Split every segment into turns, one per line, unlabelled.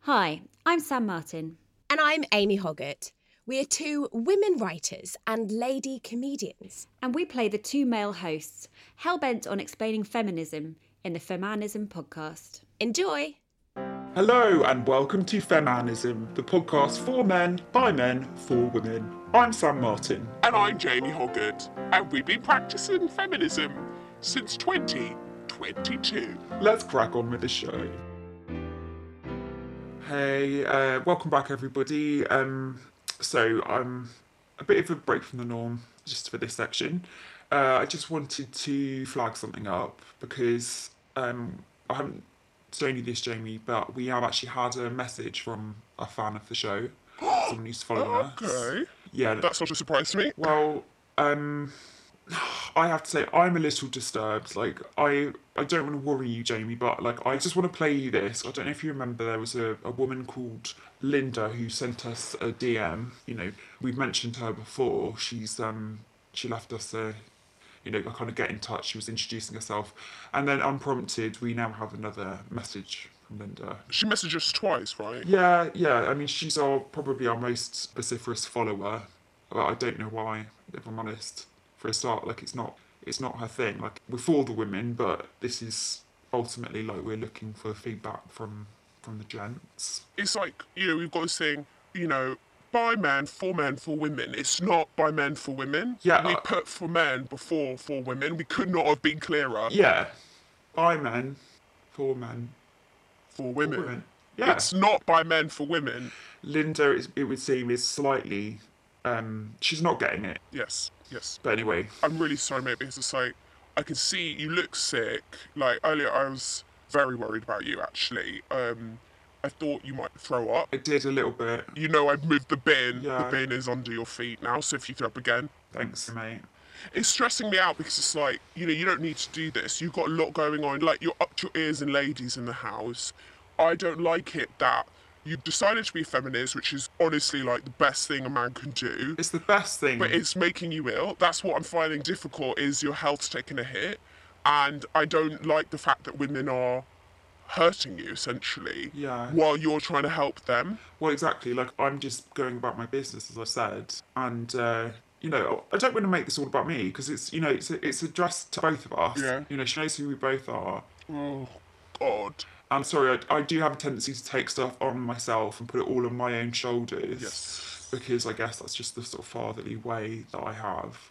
Hi, I'm Sam Martin.
And I'm Amy Hoggett. We are two women writers and lady comedians.
And we play the two male hosts, hellbent on explaining feminism in the Feminism podcast.
Enjoy!
Hello and welcome to Feminism, the podcast for men, by men, for women. I'm Sam Martin.
And I'm Jamie Hoggett, and we've been practicing feminism since 2022.
Let's crack on with the show. Hey, uh, welcome back everybody. Um, so I'm a bit of a break from the norm just for this section. Uh, I just wanted to flag something up because um, I haven't shown you this, Jamie, but we have actually had a message from a fan of the show, someone who's following us.
Okay.
Yeah,
That's not a surprise to me.
well, um, I have to say I'm a little disturbed. Like I, I don't want to worry you, Jamie, but like I just want to play you this. I don't know if you remember there was a, a woman called Linda who sent us a DM. You know, we've mentioned her before. She's um, she left us a, you know, a kind of get in touch. She was introducing herself, and then unprompted, we now have another message from Linda.
She messaged us twice, right?
Yeah, yeah. I mean, she's our probably our most vociferous follower. But I don't know why, if I'm honest. For a start, like it's not it's not her thing. Like we're for the women, but this is ultimately like we're looking for feedback from from the gents.
It's like, you know, we've got this thing, you know, by men, for men, for women. It's not by men, for women.
Yeah,
We
uh,
put for men before for women. We could not have been clearer
Yeah, by men, for men,
for women.
women. Yeah,
It's not by men, for women.
Linda. It, it would seem is slightly. Um, she's not getting it.
Yes, yes.
But anyway,
I'm really sorry, mate, because it's like I can see you look sick. Like earlier, I was very worried about you. Actually, um, I thought you might throw up.
I did a little bit.
You know, I've moved the bin.
Yeah.
The bin is under your feet now. So if you throw up again,
Thanks, mate.
it's stressing me out because it's like you know you don't need to do this. You've got a lot going on. Like you're up to your ears in ladies in the house. I don't like it that. You've decided to be a feminist, which is honestly like the best thing a man can do
It's the best thing.
but it's making you ill. That's what I'm finding difficult is your health's taking a hit, and I don't like the fact that women are hurting you essentially
Yeah.
while you're trying to help them.
Well, exactly. Like, I'm just going about my business, as I said, and uh, you know, I don't want to make this all about me because it's, you know, it's it's addressed to both of us.
Yeah.
You know, she knows who we both are.
Oh God.
I'm sorry, I, I do have a tendency to take stuff on myself and put it all on my own shoulders.
Yes.
Because I guess that's just the sort of fatherly way that I have.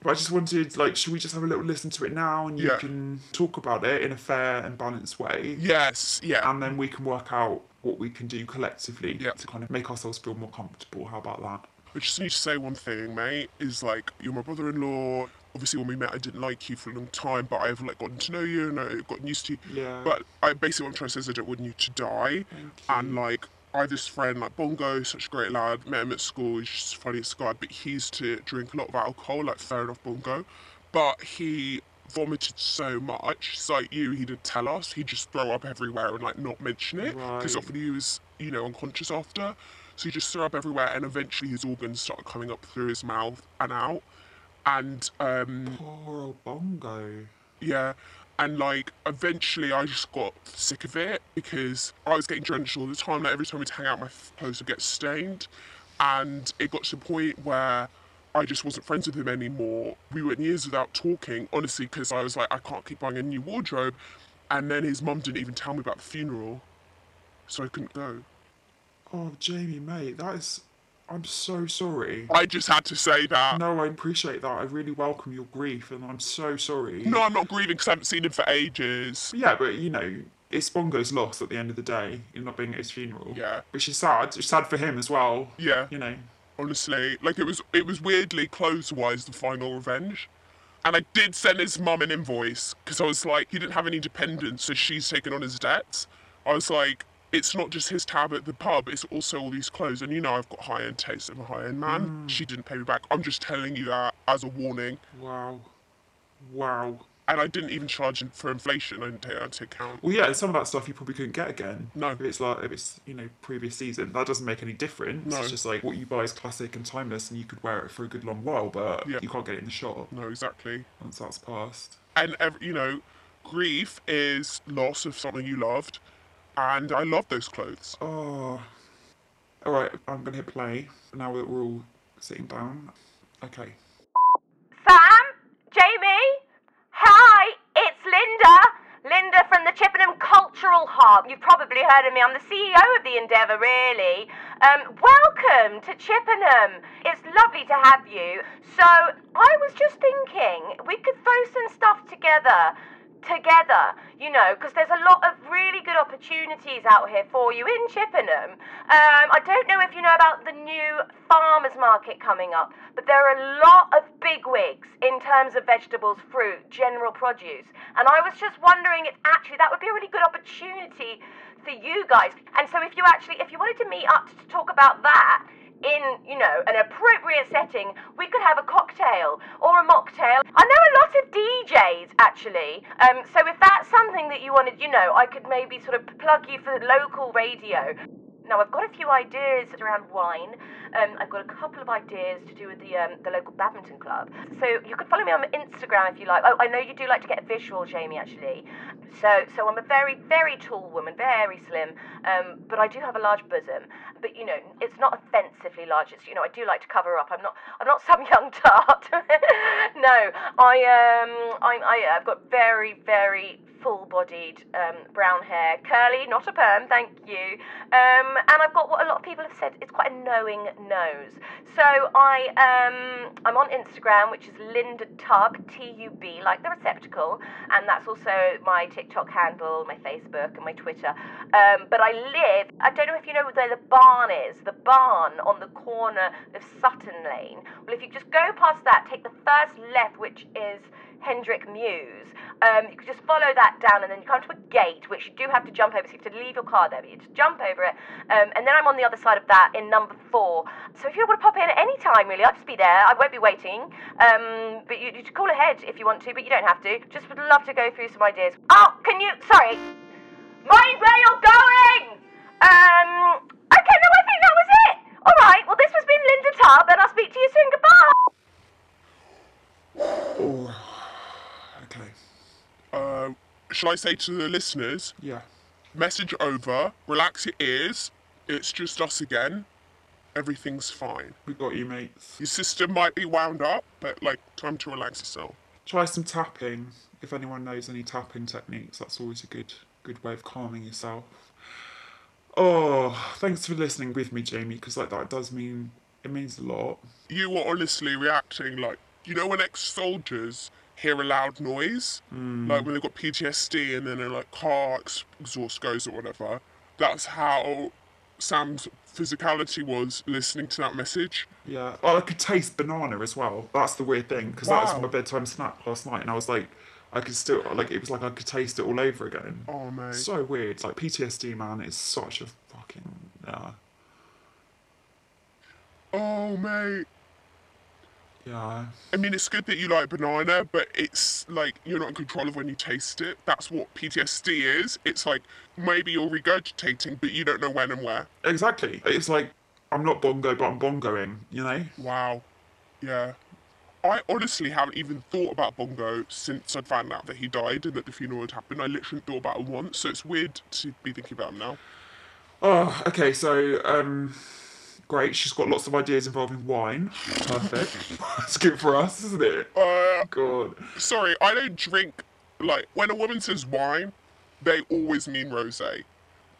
But I just wanted, like, should we just have a little listen to it now and you
Yeah.
can talk about it in a fair and balanced way?
Yes, yeah.
And then we can work out what we can do collectively
Yeah.
to kind of make ourselves feel more comfortable. How about that?
I just need to say one thing, mate, is like you're my brother in law. Obviously when we met I didn't like you for a long time, but I've like gotten to know you and I've gotten used to you.
Yeah.
But I basically what I'm trying to say is I don't want you to die. And like I have this friend like Bongo, such a great lad, met him at school, he's just the funniest guy, but he used to drink a lot of alcohol, like fair enough Bongo. But he vomited so much, it's like you, he didn't tell us, he'd just throw up everywhere and like not mention it. Because
Right.
often he was, you know, unconscious after. So he just threw up everywhere, and eventually his organs started coming up through his mouth and out. And um,
Poor old Bongo.
yeah, and like eventually I just got sick of it because I was getting drenched all the time. Like every time we'd hang out, my f- clothes would get stained, and it got to the point where I just wasn't friends with him anymore. We went years without talking, honestly, because I was like, I can't keep buying a new wardrobe. And then his mum didn't even tell me about the funeral, so I couldn't go.
Oh, Jamie, mate, that is. I'm so sorry.
I just had to say that. No,
No, I appreciate that. I really welcome your grief, and I'm so sorry.
I'm not grieving because I haven't seen him for ages.
But yeah, but you know, it's Bongo's loss at the end of the day, in not being at his funeral.
Yeah.
Which is sad. It's sad for him as well.
Yeah.
You know.
Honestly, like it was, it was weirdly clothes-wise the final revenge. And I did send his mum an invoice because I was like, he didn't have any dependents, so she's taken on his debts. I was like, it's not just his tab at the pub; it's also all these clothes. And you know, I've got high-end taste. I'm a high-end man. She didn't pay me back. I'm just telling you that as a warning.
Wow. Wow.
And I didn't even charge for inflation. I didn't take that into account.
Well, yeah, and some of that stuff you probably couldn't get again.
No.
If it's like, if it's, you know, previous season, that doesn't make any difference.
No.
It's just like what you buy is classic and timeless, and you could wear it for a good long while, but
Yeah.
you can't get it in the shop
No, exactly.
once that's passed.
and ev- you know grief is loss of something you loved and I love those clothes.
Oh. All right, I'm going to hit play now that we're all sitting down. Okay.
Sam? Jamie? Hi, it's Linda. Linda from the Chippenham Cultural Hub. You've probably heard of me. I'm the CEO of the Endeavour, really. Um, welcome to Chippenham. It's lovely to have you. So, I was just thinking we could throw some stuff together. Together, you know, because there's a lot of really good opportunities out here for you in Chippenham. Um, I don't know if you know about the new farmers market coming up, but there are a lot of big wigs in terms of vegetables, fruit, general produce. And I was just wondering if actually that would be a really good opportunity for you guys. And so if you actually, if you wanted to meet up to talk about that in, you know, an appropriate setting, we could have a cocktail or a mocktail. I know a lot of DJs actually. Um, so if that's something that you wanted, you know, I could maybe sort of plug you for local radio. Now I've got a few ideas around wine. Um, I've got a couple of ideas to do with the um, the local badminton club. So you could follow me on Instagram if you like. Oh, I know you do like to get visual, Jamie. Actually, so so I'm a very very tall woman, very slim, um, but I do have a large bosom. But you know, it's not offensively large. It's you know, I do like to cover up. I'm not I'm not some young tart. no, I um I, I I've got very very full-bodied um, brown hair, curly, not a perm, thank you. Um, and I've got what a lot of people have said it's quite a knowing nose. So I um, I'm on Instagram, which is Linda Tub T U B, like the receptacle, and that's also my TikTok handle, my Facebook, and my Twitter. Um, but I live. I don't know if you know where the barn is. The barn on the corner of Sutton Lane. Well, if you just go past that, take the first left, which is Hendrick Mews. Um, you can just follow that down, and then you come to a gate, which you do have to jump over. So you have to leave your car there, but you just jump over it. Um, and then I'm on the other side of that in number four. So if you want to pop in at any time, really, I'll just be there. I won't be waiting. Um, but you, you just call ahead if you want to, but you don't have to. Just would love to go through some ideas. Oh, can you? Sorry, mind where you're going. Um, okay, no, I think that was it. All right. Well, this has been Linda Tubb, and I'll speak to you soon. Goodbye.
Oh. Okay.
Uh, shall I say to the listeners,
Yeah.
message over, relax your ears, it's just us again, everything's fine.
We got you, mates.
Your system might be wound up, but like, time to relax yourself.
Try some tapping. If anyone knows any tapping techniques, that's always a good good way of calming yourself. Oh, thanks for listening with me, Jamie, because like that does mean it means a lot.
You were honestly reacting like, you know, when ex soldiers hear a loud noise, like when they've got PTSD and then their like car ex- exhaust goes or whatever, that's how Sam's physicality was listening to that message.
Yeah. Well, I could taste banana as well. That's the weird thing because that
Wow.
was my bedtime snack last night, and I was like, I could still like it was like I could taste it all over again.
Oh, mate.
So weird. Like PTSD, man, is such a fucking. Uh,
oh, mate.
yeah.
I mean, it's good that you like banana, but it's like you're not in control of when you taste it. That's what PTSD is. It's like maybe you're regurgitating, but you don't know when and where.
Exactly. It's like I'm not bongo, but I'm bongoing. You know.
Wow. Yeah. I honestly haven't even thought about Bongo since I'd found out that he died and that the funeral had happened. I literally thought about it once, so it's weird to be thinking about him now.
Oh, okay. So, um, great. She's got lots of ideas involving wine. Perfect. That's good for us, isn't it?
Uh,
Oh, God.
sorry, I don't drink. Like, when a woman says wine, they always mean rosé.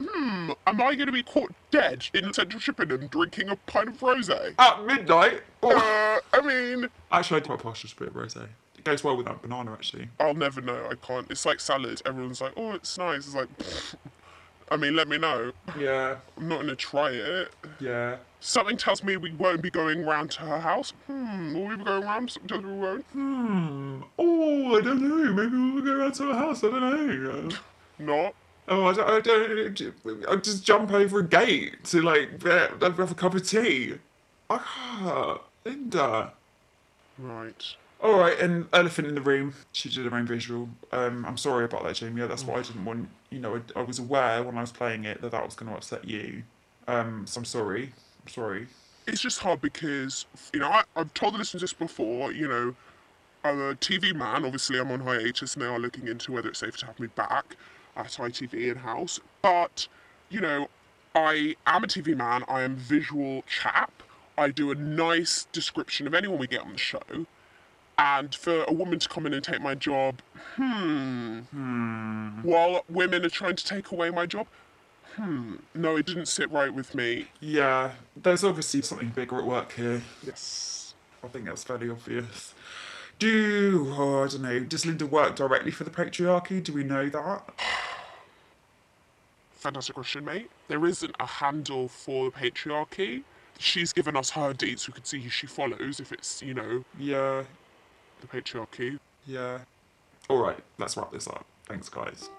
Hmm, am I going to be caught dead in central Chippenham drinking a pint of rosé?
At midnight. Oh.
Uh, I mean,
Actually, I'm quite partial to a bit of rosé. It goes well with that banana, actually.
I'll never know. I can't. It's like salad. Everyone's like, oh, it's nice. It's like, I mean, let me know.
Yeah.
I'm not going to try it.
Yeah.
Something tells me we won't be going round to her house. Hmm, will we be going round? Something tells me we won't.
Oh, I don't know. Maybe we'll go round to her house. I don't know. Uh,
Not.
Oh, I don't. I don't I just jump over a gate to like have a cup of tea. I can't. Linda.
Right.
All right, and elephant in the room. She did her own visual. Um, I'm sorry about that, Jamie. That's what I didn't want. You know, I, I was aware when I was playing it that that was going to upset you. Um, so I'm sorry. I'm sorry.
it's just hard because you know I, I've told the listeners this before. You know, I'm a TV man. Obviously, I'm on hiatus and they are looking into whether it's safe to have me back. at ITV in house. But, you know, I am a TV man, I am a visual chap. I do a nice description of anyone we get on the show. And for a woman to come in and take my job, hmm. While women are trying to take away my job, hmm. No, it didn't sit right with me.
Yeah, there's obviously something bigger at work here.
Yes.
I think that's fairly obvious. Do, oh, I don't know, does Linda work directly for the patriarchy? Do we know that?
Fantastic question, mate. There isn't a handle for the patriarchy. She's given us her deets. We can see who she follows if it's, you know,
Yeah,
the patriarchy.
yeah. Alright, let's wrap this up. Thanks, guys.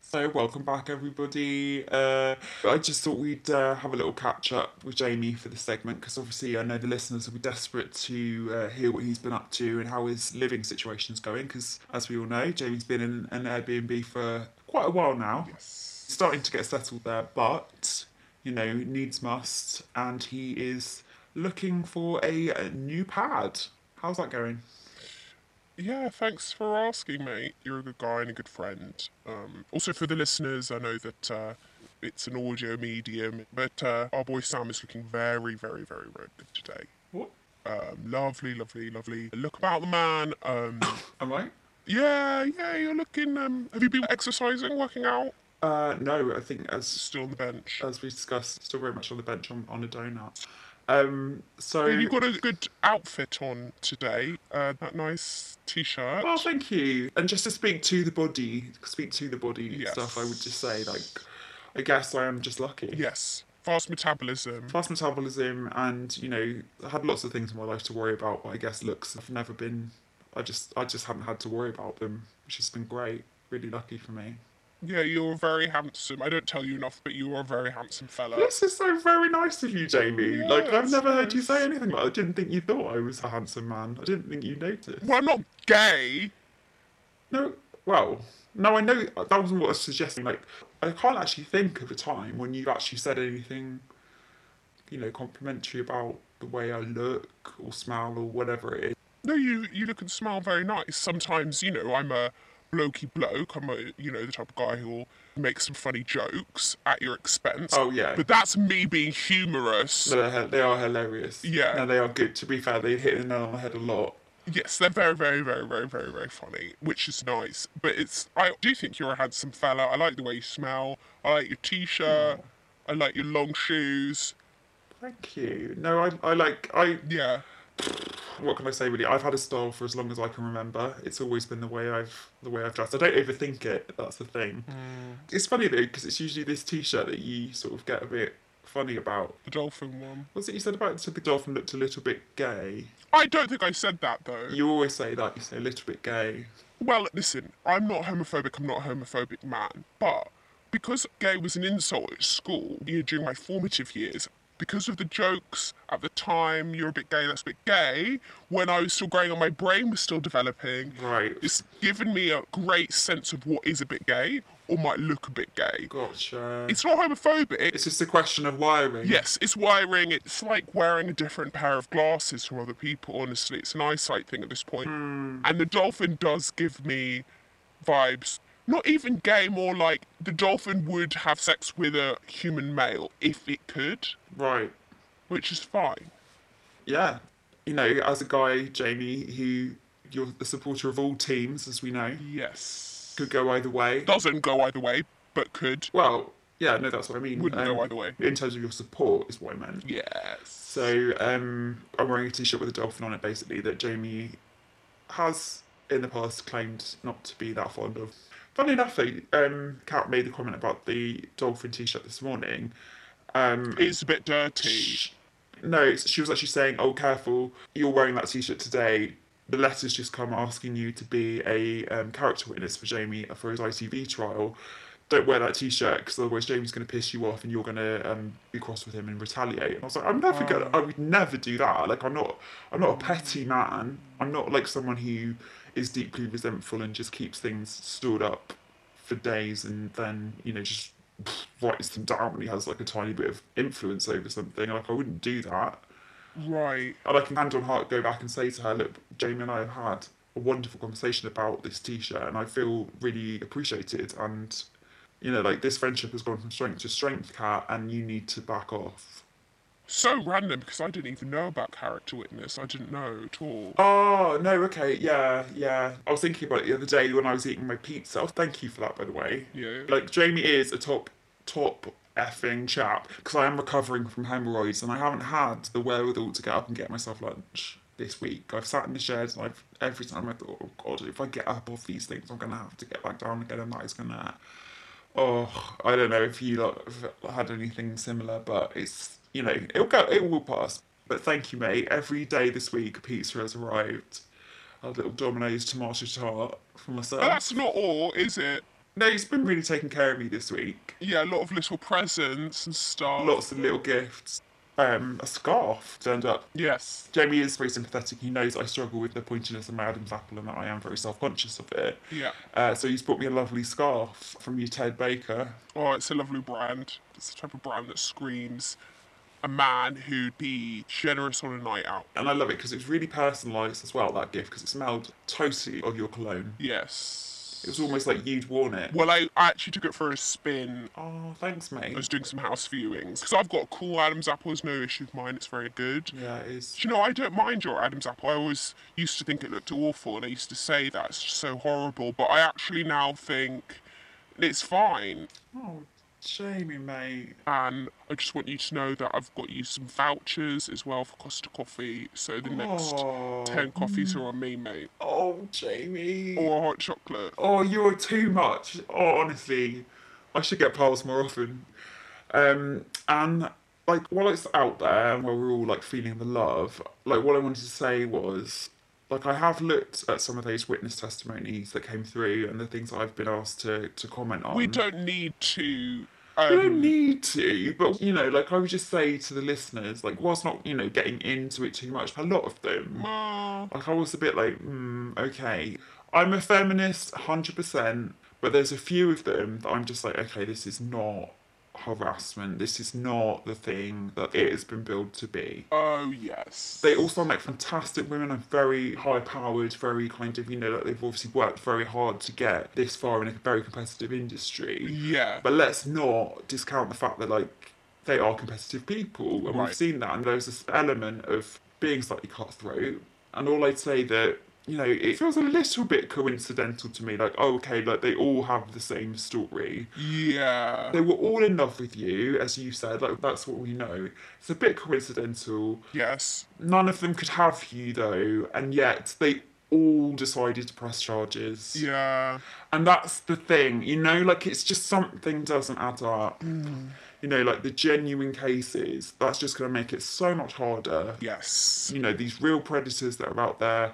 So, welcome back, everybody. Uh, I just thought we'd uh, have a little catch up with Jamie for this segment because obviously I know the listeners will be desperate to uh, hear what he's been up to and how his living situation is going. Because, as we all know, Jamie's been in an Airbnb for quite a while now. Yes. Starting to get settled there, but, you know, needs must. And he is looking for a, a new pad. How's that going?
Yeah, thanks for asking, mate. You're a good guy and a good friend. Um, also, for the listeners, I know that uh, it's an audio medium, but uh, our boy Sam is looking very, very, very, very good today.
What?
Um, lovely, lovely, lovely. Look about the man. Um,
Am I?
yeah, yeah, you're looking. Um, have you been exercising, working out?
Uh, no, I think as
Still on the bench.
as we discussed, still very much on the bench on, on a donut. Um, so
And you've got a good outfit on today. Uh, that nice t-shirt.
well, Oh, thank you. And just to speak to the body, speak to the body
Yes.
stuff, I would just say like, I guess I am just lucky.
Yes, fast metabolism.
Fast metabolism, and you know, I had lots of things in my life to worry about, but I guess looks have never been. I just I just haven't had to worry about them, which has been great. Really lucky for me.
Yeah, you're very handsome. I don't tell you enough, but you are a very handsome fella.
This is so very nice of you, Jamie.
Yeah,
like I've
that's
never heard you say
nice.
anything. Like, I didn't think you thought I was a handsome man. I didn't think you noticed.
Well, I'm not gay.
No, well, no, I know that wasn't what I was suggesting. Like, I can't actually think of a time when you've actually said anything, you know, complimentary about the way I look or smell or whatever it is.
No, you you look and smell very nice. Sometimes, you know, I'm a blokey bloke. I'm a you know the type of guy who'll make some funny jokes at your expense.
Oh, yeah.
But that's me being humorous.
They're, hi- they are hilarious.
Yeah.
No, they are good. To be fair, they hit the nail on the head a lot.
Yes, they're very, very, very, very, very, very funny, which is nice. But it's I do think you're a handsome fella. I like the way you smell. I like your t-shirt. I like your long shoes.
Thank you. No, I, I like, I,
Yeah.
what can I say really? I've had a style for as long as I can remember. It's always been the way I've the way I've dressed. I don't overthink it. That's the thing.
Mm.
It's funny though because it's usually this t-shirt that you sort of get a bit funny about.
The dolphin one.
What's it you said about it? So the dolphin looked a little bit gay?
I don't think I said that though.
You always say that. You say a little bit gay.
Well, listen, I'm not homophobic, I'm not a homophobic man, but because gay was an insult at school you know, during my formative years, because of the jokes at the time, you're a bit gay, that's a bit gay, when I was still growing up, my brain was still developing.
Right.
It's given me a great sense of what is a bit gay or might look a bit gay.
Gotcha. It's,
It's not homophobic,
just a question of wiring.
Yes, it's wiring. It's like wearing a different pair of glasses from other people. Honestly, it's an eyesight thing at this point. And the dolphin does give me vibes. Not even gay, more like the dolphin would have sex with a human male if it could,
Right.
which is fine.
Yeah. You know, as a guy, Jamie, who you're a supporter of all teams, as we know,
Yes.
could go either way.
Doesn't go either way, but could.
Well, yeah, no, that's what I mean. Um,
Wouldn't go either way.
In terms of your support, is what I meant.
Yes.
So um, I'm wearing a t-shirt with a dolphin on it, basically that Jamie has in the past claimed not to be that fond of. Funny enough, though, um, Kat made the comment about the dolphin t-shirt this morning. Um,
It's a bit dirty.
sh- no, it's- she was actually saying, "Oh, careful! You're wearing that t-shirt today." The letters just come asking you to be a um, character witness for Jamie for his ITV trial. Don't wear that T-shirt because otherwise Jamie's going to piss you off and you're going to um, be cross with him and retaliate. And I was like, I'm never going. to I would never do that. Like, I'm not. I'm not a petty man. I'm not like someone who is deeply resentful and just keeps things stored up for days and then you know just writes them down when he has like a tiny bit of influence over something like i wouldn't do that
Right.
And I can hand on heart go back and say to her, look, Jamie and I have had a wonderful conversation about this t shirt and I feel really appreciated and you know, like this friendship has gone from strength to strength, Kat, and you need to back off.
So random because I didn't even know about character witness. I didn't know at all.
Oh, no, okay, yeah, yeah. I was thinking about it the other day when I was eating my pizza. Oh, thank you for that, by the way.
Yeah.
Like, Jamie is a top, top effing chap because I am recovering from hemorrhoids and I haven't had the wherewithal to get up and get myself lunch this week. I've sat in the shed and I've, every time I thought, oh, God, if I get up off these things, I'm going to have to get back down again and that is going to. Oh, I don't know if you lot have had anything similar, but it's you know it'll go, it will pass. But thank you, mate. Every day this week, pizza has arrived. A little Domino's tomato tart for myself.
But that's not all, is it?
No, he's been really taking care of me this week.
Yeah, a lot of little presents and stuff.
Lots of little gifts. Um, a scarf turned up.
Yes.
Jamie is very sympathetic. He knows I struggle with the pointiness of my Adam's apple and that I am very self conscious of it.
Yeah.
Uh, so he's brought me a lovely scarf from you, Ted Baker.
Oh, it's a lovely brand. It's the type of brand that screams a man who'd be generous on a night out.
And I love it because it's really personalised as well, that gift, because it smelled totally of your cologne.
Yes.
It was almost like you'd worn it.
Well, I, I actually took it for a spin.
Oh, thanks,
I was
mate.
doing some house viewings because I've got a cool Adam's apple. There's no issue with mine. It's very good.
Yeah, it is.
Do you know, I don't mind your Adam's apple. I always used to think it looked awful and I used to say that it's just so horrible, but I actually now think it's fine.
Oh, Jamie, mate.
And I just want you to know that I've got you some vouchers as well for Costa Coffee. So the next
Oh.
10 coffees are on me, mate.
Oh, Jamie.
Or hot chocolate.
Oh, you're too much. Oh, honestly, I should get piles more often. Um, and like while it's out there and while we're all like feeling the love, like what I wanted to say was, like I have looked at some of those witness testimonies that came through and the things I've been asked to to comment on.
We don't need to.
We
Um,
don't need to, but you know, like I would just say to the listeners, like whilst not, you know, getting into it too much, a lot of them,
uh,
like I was a bit like, mm, okay, I'm a feminist, hundred percent, but there's a few of them that I'm just like, okay, this is not harassment. This is not the thing that it has been billed to be.
oh, yes.
They all sound like fantastic women. I'm very high powered, very kind of, you know, like they've obviously worked very hard to get this far in a very competitive industry.
Yeah.
But let's not discount the fact that like they are competitive people, and
Right.
we've seen that. And there's this element of being slightly cutthroat. And all I'd say that you know it feels a little bit coincidental to me. Like oh, okay, like they all have the same story.
Yeah.
They were all in love with you, as you said. Like that's what we know. It's a bit coincidental.
Yes.
None of them could have you though, and yet they all decided to press charges.
Yeah.
And that's the thing, you know, like it's just something doesn't add up. You know, like the genuine cases, that's just going to make it so much harder.
Yes.
You know, these real predators that are out there,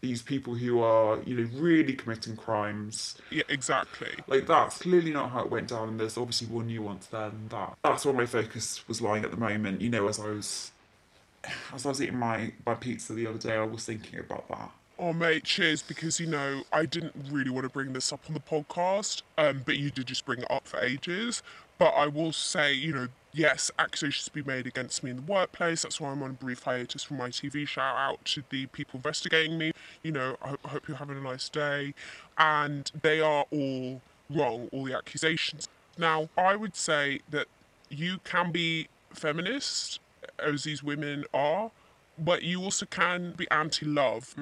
these people who are, you know, really committing crimes.
Yeah, exactly.
Like that's clearly not how it went down, and there's obviously more nuance there than that. That's where my focus was lying at the moment. You know, as I was, as I was eating my my pizza the other day, I was thinking about that.
Oh, mate, cheers, because, you know, I didn't really want to bring this up on the podcast, um, but you did just bring it up for ages. But I will say, you know, yes, accusations be made against me in the workplace. That's why I'm on a brief hiatus from my TV. Shout out to the people investigating me. You know, I, hope- I hope you're having a nice day. And they are all wrong, all the accusations. Now, I would say that you can be feminist, as these women are, but you also can be anti-love.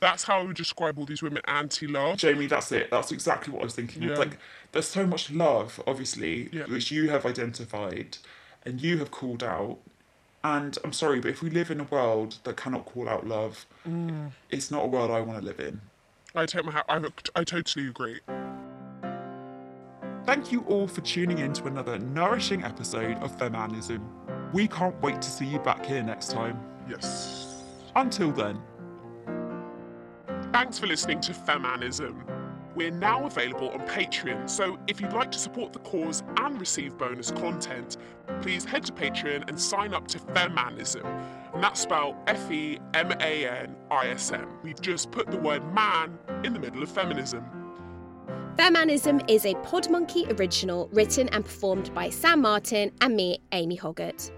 That's how I would describe all these women, anti-love.
Jamie, that's it. That's exactly what I was thinking.
Yeah.
It's like there's so much love, obviously,
Yeah.
which you have identified and you have called out. And I'm sorry, but if we live in a world that cannot call out love,
Mm.
it's not a world I want to live in.
I take my hat. I, I totally agree.
Thank you all for tuning in to another nourishing episode of Feminism. We can't wait to see you back here next time.
Yes.
Until then.
Thanks for listening to Feminism. We're now available on Patreon, so if you'd like to support the cause and receive bonus content, please head to Patreon and sign up to Feminism. And that's spelled F E M A N I S M. We've just put the word man in the middle of feminism.
Fairmanism is a Podmonkey original written and performed by Sam Martin and me, Amy Hoggett.